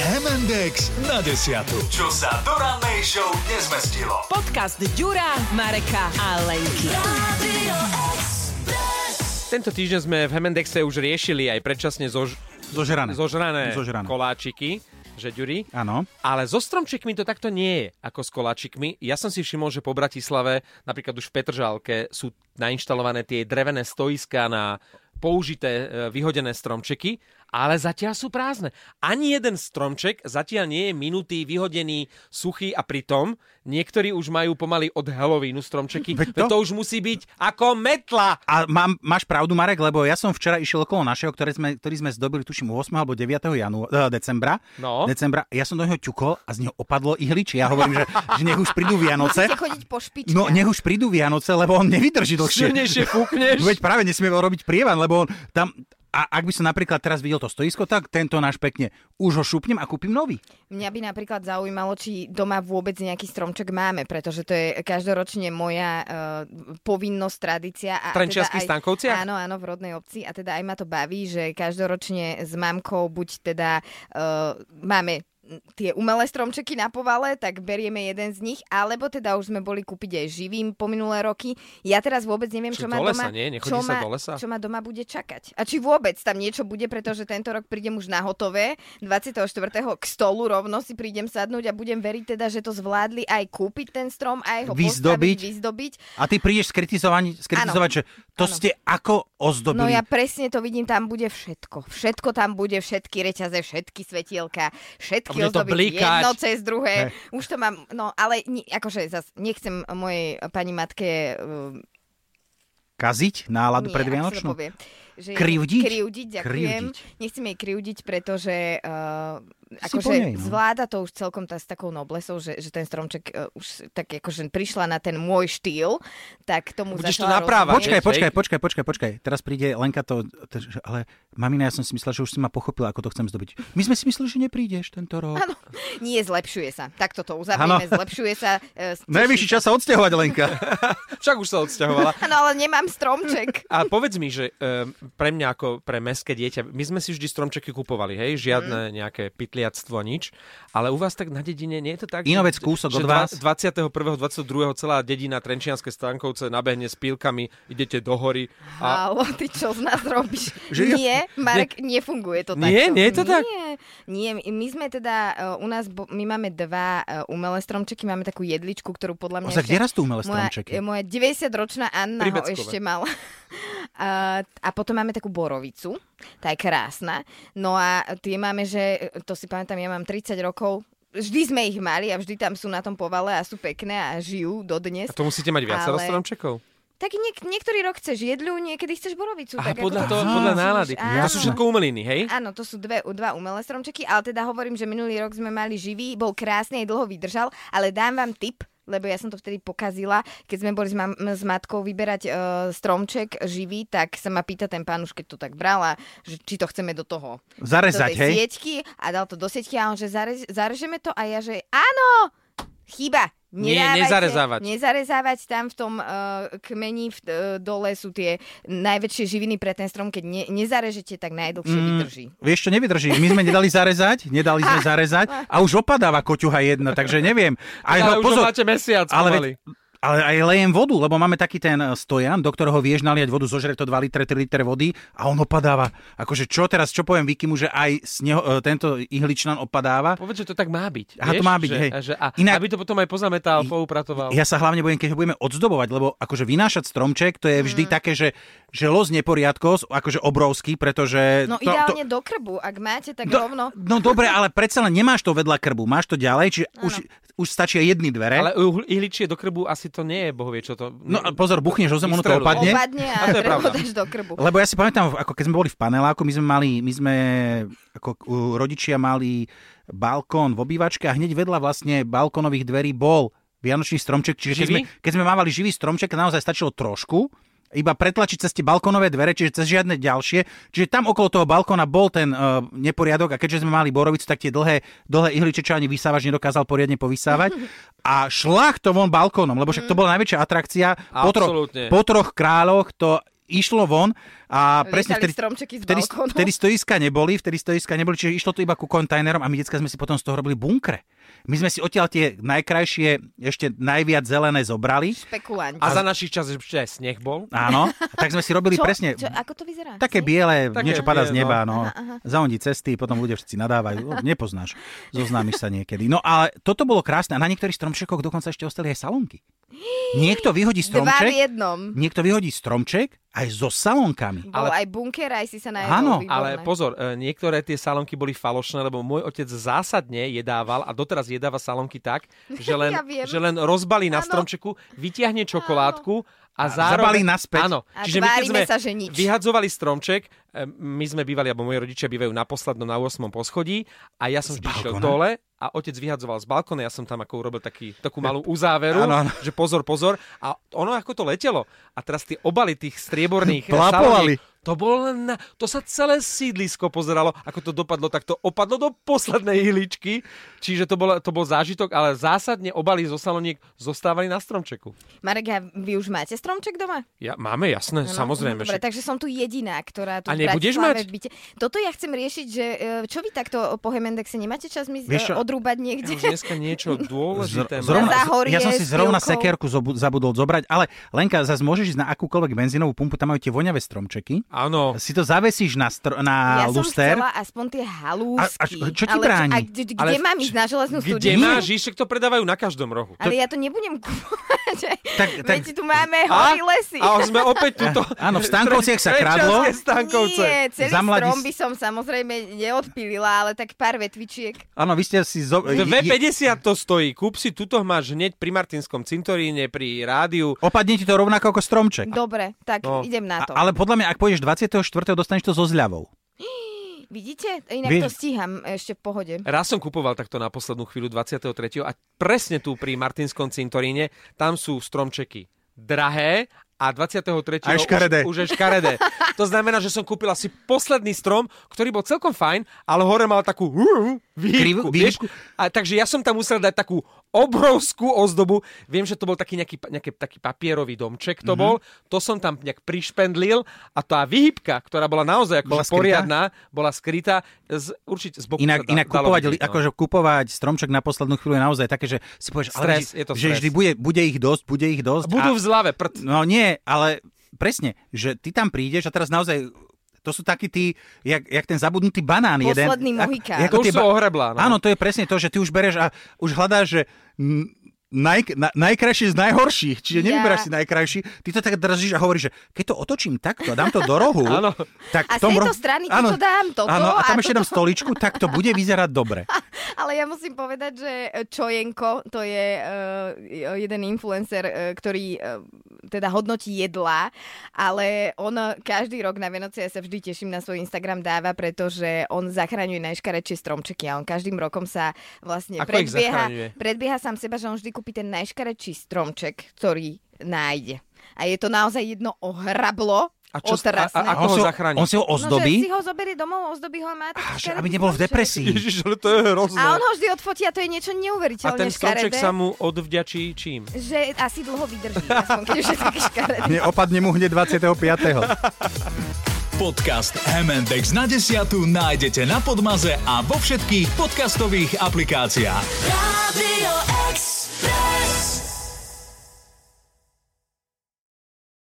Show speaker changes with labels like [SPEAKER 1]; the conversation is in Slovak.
[SPEAKER 1] Index na desiatu.
[SPEAKER 2] Čo sa do rannej show nezmestilo.
[SPEAKER 3] Podcast Ďura, Mareka a Lenky.
[SPEAKER 4] Tento týždeň sme v Hemendexe už riešili aj predčasne zož...
[SPEAKER 5] Zožrané.
[SPEAKER 4] zožrané,
[SPEAKER 5] Zožrané.
[SPEAKER 4] koláčiky, že ďuri.
[SPEAKER 5] Áno.
[SPEAKER 4] Ale so stromčekmi to takto nie je ako s koláčikmi. Ja som si všimol, že po Bratislave, napríklad už v Petržalke, sú nainštalované tie drevené stoiska na použité e, vyhodené stromčeky, ale zatiaľ sú prázdne. Ani jeden stromček zatiaľ nie je minutý, vyhodený, suchý a pritom niektorí už majú pomaly od Halloweenu stromčeky.
[SPEAKER 5] Veď to-
[SPEAKER 4] Veď to už musí byť ako metla.
[SPEAKER 5] A mám, máš pravdu, Marek, lebo ja som včera išiel okolo našeho, ktoré sme, ktorý sme zdobili, tuším, 8. alebo 9. Janu, eh, decembra.
[SPEAKER 4] No.
[SPEAKER 5] Decembra. Ja som do neho ťukol a z neho opadlo ihličie. Ja hovorím, že, že nech už prídu Vianoce.
[SPEAKER 6] Musíte chodiť po špičkách.
[SPEAKER 5] No, nech už prídu Vianoce, lebo on nevydrží dlhšie.
[SPEAKER 4] Silnejšie fúkneš.
[SPEAKER 5] Veď práve nesmieme robiť prievan, lebo on tam... A ak by som napríklad teraz videl to stoisko, tak tento náš pekne už ho šupnem a kúpim nový.
[SPEAKER 6] Mňa by napríklad zaujímalo, či doma vôbec nejaký stromček máme, pretože to je každoročne moja uh, povinnosť, tradícia. A
[SPEAKER 4] Trenčianskych
[SPEAKER 6] teda aj-
[SPEAKER 4] Stankovciach?
[SPEAKER 6] Áno, áno, v rodnej obci. A teda aj ma to baví, že každoročne s mamkou buď teda uh, máme tie umelé stromčeky na povale, tak berieme jeden z nich, alebo teda už sme boli kúpiť aj živým po minulé roky. Ja teraz vôbec neviem,
[SPEAKER 4] Čiže
[SPEAKER 6] čo ma
[SPEAKER 4] do lesa,
[SPEAKER 6] doma,
[SPEAKER 4] nie? Nechodí
[SPEAKER 6] čo
[SPEAKER 4] sa
[SPEAKER 6] ma,
[SPEAKER 4] do lesa?
[SPEAKER 6] čo ma doma bude čakať. A či vôbec tam niečo bude, pretože tento rok prídem už na hotové, 24. k stolu rovno si prídem sadnúť a budem veriť teda, že to zvládli aj kúpiť ten strom, aj ho
[SPEAKER 5] Vyzdobiť.
[SPEAKER 6] postaviť, vyzdobiť.
[SPEAKER 5] A ty prídeš skritizovať, skritizovať že to
[SPEAKER 6] Áno.
[SPEAKER 5] ste ako ozdobili.
[SPEAKER 6] No ja presne to vidím, tam bude všetko. Všetko tam bude, všetky reťaze, všetky svetielka,
[SPEAKER 4] A
[SPEAKER 6] všetky
[SPEAKER 4] bude to
[SPEAKER 6] ozdoby,
[SPEAKER 4] blikať.
[SPEAKER 6] jedno cez druhé. Už to mám, no ale ni, akože zas, nechcem mojej pani matke uh,
[SPEAKER 5] Kaziť náladu
[SPEAKER 6] Nie,
[SPEAKER 5] predvianočnú?
[SPEAKER 6] ako sa to povie? Že
[SPEAKER 5] Krivdiť?
[SPEAKER 6] Krivdiť, ďakujem.
[SPEAKER 5] Krivdiť.
[SPEAKER 6] Nechcem jej krivdiť, pretože uh,
[SPEAKER 5] Si
[SPEAKER 6] akože
[SPEAKER 5] po nej, no.
[SPEAKER 6] zvláda to už celkom tá, s takou noblesou, že, že ten stromček uh, už tak akože prišla na ten môj štýl, tak tomu
[SPEAKER 4] Budeš to
[SPEAKER 6] začala
[SPEAKER 4] naprávať.
[SPEAKER 6] rozumieť.
[SPEAKER 5] Počkaj,
[SPEAKER 4] Vieš,
[SPEAKER 5] počkaj, počkaj, počkaj, počkaj. Teraz príde Lenka to, to že- ale mamina, ja som si myslela, že už si ma pochopila, ako to chcem zdobiť. My sme si mysleli, že neprídeš tento rok. Ano,
[SPEAKER 6] Nie, zlepšuje sa. Takto to uzavrieme,
[SPEAKER 5] Áno.
[SPEAKER 6] zlepšuje sa. Uh,
[SPEAKER 5] Najvyšší čas sa odsťahovať, Lenka.
[SPEAKER 4] Však už sa odsťahovala.
[SPEAKER 6] Áno, ale nemám stromček.
[SPEAKER 4] A povedz mi, že um, pre mňa ako pre meské dieťa, my sme si vždy stromčeky kupovali, hej,
[SPEAKER 5] Mhm.
[SPEAKER 4] žiadne nejaké pytliactvo, nič, ale u vás tak na dedine nie je to tak? že-
[SPEAKER 5] Inovec kúsok
[SPEAKER 4] že
[SPEAKER 5] od
[SPEAKER 4] dva-
[SPEAKER 5] vás.
[SPEAKER 4] 21. 22. celá dedina Trenčianske Stankovce nabehne s pílkami, idete do hory a...
[SPEAKER 6] Málo, ty čo z nás robíš?
[SPEAKER 4] Že ja-
[SPEAKER 6] nie, Marek, nefunguje to
[SPEAKER 4] Nie,
[SPEAKER 6] takto.
[SPEAKER 4] nie je to tak?
[SPEAKER 6] Nie, nie, my sme teda, uh, u nás, bo, my máme dva uh, umelé stromčeky, máme takú jedličku, ktorú podľa mňa...
[SPEAKER 5] Ozaj, kde rastú umelé
[SPEAKER 6] moja, e,
[SPEAKER 5] stromčeky?
[SPEAKER 6] moja 90-ročná Anna
[SPEAKER 4] Pri
[SPEAKER 6] ho
[SPEAKER 4] Beckove.
[SPEAKER 6] ešte mala. A, a potom máme takú borovicu, tá je krásna. No a tie máme, že, e, to si pamätám, ja mám 30 rokov, vždy sme ich mali a vždy tam sú na tom povale a sú pekné a žijú dodnes.
[SPEAKER 4] A to musíte mať viacero
[SPEAKER 6] Ale-
[SPEAKER 4] stromčekov.
[SPEAKER 6] Tak niek- niektorý rok chceš jedľu, niekedy chceš borovicu.
[SPEAKER 4] Aha,
[SPEAKER 6] tak
[SPEAKER 4] podľa, to,
[SPEAKER 6] ako cítiš.
[SPEAKER 4] podľa nálady.
[SPEAKER 6] Áno.
[SPEAKER 4] To sú všetko umeliny, hej?
[SPEAKER 6] Áno, to sú dve, dva umelé stromčeky, ale teda hovorím, že minulý rok sme mali živý, bol krásny, aj dlho vydržal, ale dám vám tip, lebo ja som to vtedy pokazila, keď sme boli s, mam- s matkou vyberať e, stromček živý, tak sa ma pýta ten pán už, keď to tak brala, že či to chceme do toho.
[SPEAKER 5] Zarezať,
[SPEAKER 6] do tej
[SPEAKER 5] hej?
[SPEAKER 6] sieťky a dal to do sieťky a on, že zarez, zarežeme to a ja, že áno, chyba.
[SPEAKER 4] Nie,
[SPEAKER 6] nedávajte,
[SPEAKER 4] nezarezávať.
[SPEAKER 6] Nezarezávať tam v tom uh, kmeni v, uh, dole sú tie najväčšie živiny pre ten strom, keď ne, nezarežete, tak najdlhšie mm. vydrží.
[SPEAKER 5] Vieš čo, nevydrží. My sme nedali zarezať, nedali sme zarezať a už opadáva koťuha jedna, takže neviem. Aj,
[SPEAKER 4] Ale
[SPEAKER 5] ho-
[SPEAKER 4] už ho máte mesiac
[SPEAKER 5] ale,
[SPEAKER 4] pomaly.
[SPEAKER 5] veď- ale aj lejem vodu, lebo máme taký ten e, stojan, do ktorého vieš naliať vodu, zožere to 2 litre, 3 litre vody a on opadáva. Akože čo teraz, čo poviem Vikimu, že aj z neho, e, tento ihličnan opadáva?
[SPEAKER 4] Povedz, že to tak má byť.
[SPEAKER 5] Aha, to
[SPEAKER 4] vieš?
[SPEAKER 5] má byť,
[SPEAKER 4] že,
[SPEAKER 5] hej.
[SPEAKER 4] Že, a,
[SPEAKER 5] Inak-
[SPEAKER 4] aby to potom aj pozametal, poupratoval.
[SPEAKER 5] Ja sa hlavne bojím, keď ho budeme odzdobovať, lebo akože vynášať stromček, to je vždy
[SPEAKER 6] Mm.
[SPEAKER 5] také, že, že los neporiadkos, akože obrovský, pretože...
[SPEAKER 6] No
[SPEAKER 5] to,
[SPEAKER 6] ideálne
[SPEAKER 5] to,
[SPEAKER 6] do krbu, ak máte, tak
[SPEAKER 5] do,
[SPEAKER 6] rovno.
[SPEAKER 5] No dobre, ale predsa len nemáš to vedľa krbu, máš to ďalej, čiže už, už stačia jedny dvere.
[SPEAKER 4] Ale uhl- ihličie do krbu asi to nie je, bohovie, čo to...
[SPEAKER 5] E? No a pozor, buchneš o zem, ono to
[SPEAKER 4] Vystrelil.
[SPEAKER 5] opadne.
[SPEAKER 6] Opadne
[SPEAKER 4] A
[SPEAKER 6] a,
[SPEAKER 4] to je
[SPEAKER 6] drevo
[SPEAKER 4] pravda.
[SPEAKER 6] dáš do krbu.
[SPEAKER 5] Lebo ja si pamätám, ako keď sme boli v paneláku, my sme mali, my sme, ako uh, rodičia mali balkón v obývačke a hneď vedľa vlastne balkónových dverí bol vianočný stromček, čiže keď sme,
[SPEAKER 4] Živý?
[SPEAKER 5] keď sme mávali živý stromček, naozaj stačilo trošku, iba pretlačiť cez tie balkónové dvere, čiže cez žiadne ďalšie. Čiže tam okolo toho balkóna bol ten uh, neporiadok a keďže sme mali borovicu, tak tie dlhé, dlhé ihliče, čo ani vysávač nedokázal poriadne povysávať. A šlach to von balkónom, lebo však to bola najväčšia atrakcia. Po troch,
[SPEAKER 4] Absolútne.
[SPEAKER 5] po troch kráľoch to išlo von A
[SPEAKER 6] Lietali
[SPEAKER 5] presne vtedy,
[SPEAKER 6] stromčeky z
[SPEAKER 5] vtedy,
[SPEAKER 6] balkónov.
[SPEAKER 5] vtedy stoiska neboli, vtedy stoiska neboli, čiže išlo to iba ku kontajnerom a my detská sme si potom z toho robili bunkre. My sme si odtiaľ tie najkrajšie, ešte najviac zelené zobrali.
[SPEAKER 6] Špekulanti.
[SPEAKER 4] A za našich čas ešte aj sneh bol.
[SPEAKER 5] Áno, a tak sme si robili
[SPEAKER 6] čo,
[SPEAKER 5] presne
[SPEAKER 6] Čo, ako to vyzerá?
[SPEAKER 5] také biele,
[SPEAKER 4] Také
[SPEAKER 5] niečo padá z
[SPEAKER 4] biele,
[SPEAKER 5] neba, no. Zaondí cesty, potom ľudia všetci nadávajú. O, nepoznáš, zoznámiš sa niekedy. No ale toto bolo krásne a na niektorých stromčekoch dokonca ešte ostali aj salonky. Niekto vyhodí
[SPEAKER 6] Dva v
[SPEAKER 5] stromček,
[SPEAKER 6] jednom.
[SPEAKER 5] niekto vyhodí stromček aj so salonkami.
[SPEAKER 6] Bol
[SPEAKER 4] Ale-
[SPEAKER 6] aj bunker, aj si sa najedol.
[SPEAKER 5] Áno,
[SPEAKER 6] výborné.
[SPEAKER 4] Ale pozor, e, niektoré tie salonky boli falošné, lebo môj otec zásadne jedával a doteraz jedáva salonky tak, že len,
[SPEAKER 6] Ja viem.
[SPEAKER 4] že len rozbalí na
[SPEAKER 6] Áno.
[SPEAKER 4] stromčeku, vytiahne čokoládku a
[SPEAKER 5] zabalí
[SPEAKER 4] zároveň...
[SPEAKER 5] naspäť.
[SPEAKER 4] Áno.
[SPEAKER 6] A
[SPEAKER 4] Čiže my, keď
[SPEAKER 6] tvárime
[SPEAKER 4] sme
[SPEAKER 6] sa, že nič.
[SPEAKER 4] vyhadzovali stromček, e, my sme bývali, alebo moji rodičia bývajú na poslednom, na 8. poschodí a ja som
[SPEAKER 5] Z
[SPEAKER 4] vždy išiel
[SPEAKER 5] balkóna?
[SPEAKER 4] dole a otec vyhadzoval z balkóna, ja som tam ako urobil taký, takú malú uzáveru,
[SPEAKER 5] Áno, áno.
[SPEAKER 4] že pozor, pozor. A ono ako to letelo. A teraz tie obaly tých strieborných
[SPEAKER 5] Plapovali.
[SPEAKER 4] saloniek, to bolo len na, to sa celé sídlisko pozeralo, ako to dopadlo, tak to opadlo do poslednej ihličky. Čiže to bol, to bol zážitok, ale zásadne obaly zo saloniek zostávali na stromčeku.
[SPEAKER 6] Marek, a vy už máte stromček doma?
[SPEAKER 4] Ja, máme, jasné, samozrejme.
[SPEAKER 6] No, dobre,
[SPEAKER 4] však-
[SPEAKER 6] takže som tu jediná, ktorá tu
[SPEAKER 4] A
[SPEAKER 6] v
[SPEAKER 4] nebudeš
[SPEAKER 6] Bratislave
[SPEAKER 4] mať?
[SPEAKER 6] v byte. Toto ja chcem riešiť, že e, čo vy takto po Hemendexe nemáte čas mi
[SPEAKER 5] Vieš čo?
[SPEAKER 6] Vieš, odrúbať
[SPEAKER 4] Ja
[SPEAKER 6] niekde?
[SPEAKER 4] už dneska niečo dôležité.
[SPEAKER 5] Zr-
[SPEAKER 4] mám.
[SPEAKER 5] zrovna,
[SPEAKER 6] Na záhorie
[SPEAKER 5] ja som si zrovna
[SPEAKER 6] s pilkou.
[SPEAKER 5] sekierku zobu- zabudol zobrať, ale Lenka, zase môžeš ísť na akúkoľvek benzínovú pumpu, tam majú tie voňavé stromčeky.
[SPEAKER 4] Áno.
[SPEAKER 5] Si to zavesíš na, str- na
[SPEAKER 6] ja som
[SPEAKER 5] luster.
[SPEAKER 6] chcela aspoň tie halúsky.
[SPEAKER 5] A- a čo- čo ti
[SPEAKER 6] ale
[SPEAKER 5] bráni?
[SPEAKER 6] A kde, kde
[SPEAKER 4] Ale
[SPEAKER 6] mám ísť na železnú studniu?
[SPEAKER 4] Kde máš, Žižek to predávajú na každom rohu.
[SPEAKER 6] Ale ja to nebudem kúpať. že-
[SPEAKER 5] Tak- tak-
[SPEAKER 6] Veď tu máme hory lesy.
[SPEAKER 4] a sme opäť tuto.
[SPEAKER 5] Áno, v Stankovciach sa kradlo.
[SPEAKER 4] Prečaské Stankovce.
[SPEAKER 6] Nie, celý
[SPEAKER 5] Za mladí-
[SPEAKER 6] strom by som samozrejme neodpilila, ale tak pár vetvičiek.
[SPEAKER 5] Áno, vy ste si... Zo- je- je-
[SPEAKER 4] 2,50 to stojí. Kúp si, tuto máš hneď pri Martinskom cintoríne, pri rádiu.
[SPEAKER 5] Opadne ti to rovnako ako stromček.
[SPEAKER 6] Dobre, tak
[SPEAKER 4] No,
[SPEAKER 6] idem na to.
[SPEAKER 5] A, ale podľa mňa, ak pôjdeš 24. dostaneš to so zľavou.
[SPEAKER 6] Vidíte? Inak
[SPEAKER 5] Vieš-
[SPEAKER 6] to stíham ešte v pohode.
[SPEAKER 4] Raz som kupoval takto na poslednú chvíľu 23. a presne tu pri Martinskom cintoríne, tam sú stromčeky drahé a 23.
[SPEAKER 5] Aj škaredé.
[SPEAKER 4] Už, už je škaredé. To znamená, že som kúpil asi posledný strom, ktorý bol celkom fajn, ale hore mal takú uh, výhybku.
[SPEAKER 5] Krivú-
[SPEAKER 4] vieš?
[SPEAKER 5] výhybku.
[SPEAKER 4] A, takže ja som tam musel dať takú obrovskú ozdobu. Viem, že to bol taký nejaký, pa- nejaký taký papierový domček
[SPEAKER 5] Mhm.
[SPEAKER 4] to bol. To som tam nejak prišpendlil a tá výhybka, ktorá bola naozaj akože
[SPEAKER 5] Bola skrytá?
[SPEAKER 4] poriadna, bola skrytá. Z, určite z boku
[SPEAKER 5] Inak,
[SPEAKER 4] sa da-
[SPEAKER 5] inak
[SPEAKER 4] dalo
[SPEAKER 5] kupovať,
[SPEAKER 4] vidieť, no?
[SPEAKER 5] li- akože kupovať stromček na poslednú chvíľu je naozaj také, že si povieš, ale
[SPEAKER 4] Stres,
[SPEAKER 5] že,
[SPEAKER 4] je to
[SPEAKER 5] že
[SPEAKER 4] stres.
[SPEAKER 5] vždy bude, bude ich dosť, bude ich dosť.
[SPEAKER 4] Budú
[SPEAKER 5] a,
[SPEAKER 4] v zlave, prd.
[SPEAKER 5] No nie, ale presne, že ty tam prídeš a teraz naozaj to sú takí tí, jak, jak ten zabudnutý banán
[SPEAKER 6] Posledný
[SPEAKER 5] jeden.
[SPEAKER 6] Mohikán.
[SPEAKER 4] To
[SPEAKER 5] ako
[SPEAKER 4] už
[SPEAKER 5] tie
[SPEAKER 4] sú ohreblá, no.
[SPEAKER 5] Áno, to je presne to, že ty už bereš a už hľadáš, že n- naj, na, najkrajšie z najhorších, čiže
[SPEAKER 6] Ja.
[SPEAKER 5] nevyberáš si najkrajší, ty to tak držíš a hovoríš, že keď to otočím takto a dám to do rohu,
[SPEAKER 4] Áno.
[SPEAKER 5] tak
[SPEAKER 6] A
[SPEAKER 5] v tom
[SPEAKER 6] z tejto
[SPEAKER 5] rohu-
[SPEAKER 6] strany toto dám, toto
[SPEAKER 5] áno, a tam
[SPEAKER 6] a
[SPEAKER 5] ešte dám stoličku, tak to bude vyzerať dobre.
[SPEAKER 6] Ale ja musím povedať, že e, Čojenko, to je eh, jeden influencer, eh, ktorý eh, teda hodnotí jedlá, ale on eh, každý rok na Vianoce, ja sa vždy teším na svoj Instagram dáva, pretože on zachraňuje najškarečšie stromčeky a on každým rokom sa vlastne
[SPEAKER 4] Ako ich zachraňuje?
[SPEAKER 6] predbieha, predbieha sám seba, že on vždy kúpi ten najškarečší stromček, ktorý nájde. A je to naozaj jedno ohrablo,
[SPEAKER 4] A čo-
[SPEAKER 6] otrasné.
[SPEAKER 4] a- a- ako
[SPEAKER 5] on, si
[SPEAKER 4] ho
[SPEAKER 5] ho,
[SPEAKER 4] zachráni?
[SPEAKER 5] on si ho
[SPEAKER 6] No, že
[SPEAKER 5] ozdobí,
[SPEAKER 6] si ho zoberie domov, ozdobí ho a má taký
[SPEAKER 5] a že
[SPEAKER 6] škaredý
[SPEAKER 5] aby nebol v
[SPEAKER 6] stromček.
[SPEAKER 5] depresii.
[SPEAKER 4] Ježiš, ale to je hrozné.
[SPEAKER 6] A on ho vždy odfotí a to je niečo
[SPEAKER 4] a
[SPEAKER 6] neuveriteľne
[SPEAKER 4] ten stromček
[SPEAKER 6] škaredé,
[SPEAKER 4] sa mu odvďačí čím?
[SPEAKER 6] že asi dlho vydrží, aspoň keď už je taký škaredý.
[SPEAKER 5] Neopadne mu hneď 25.
[SPEAKER 2] Podcast MNDX na desiatu nájdete na Podmaze a vo všetkých podcastových aplikáciách.
[SPEAKER 1] Radio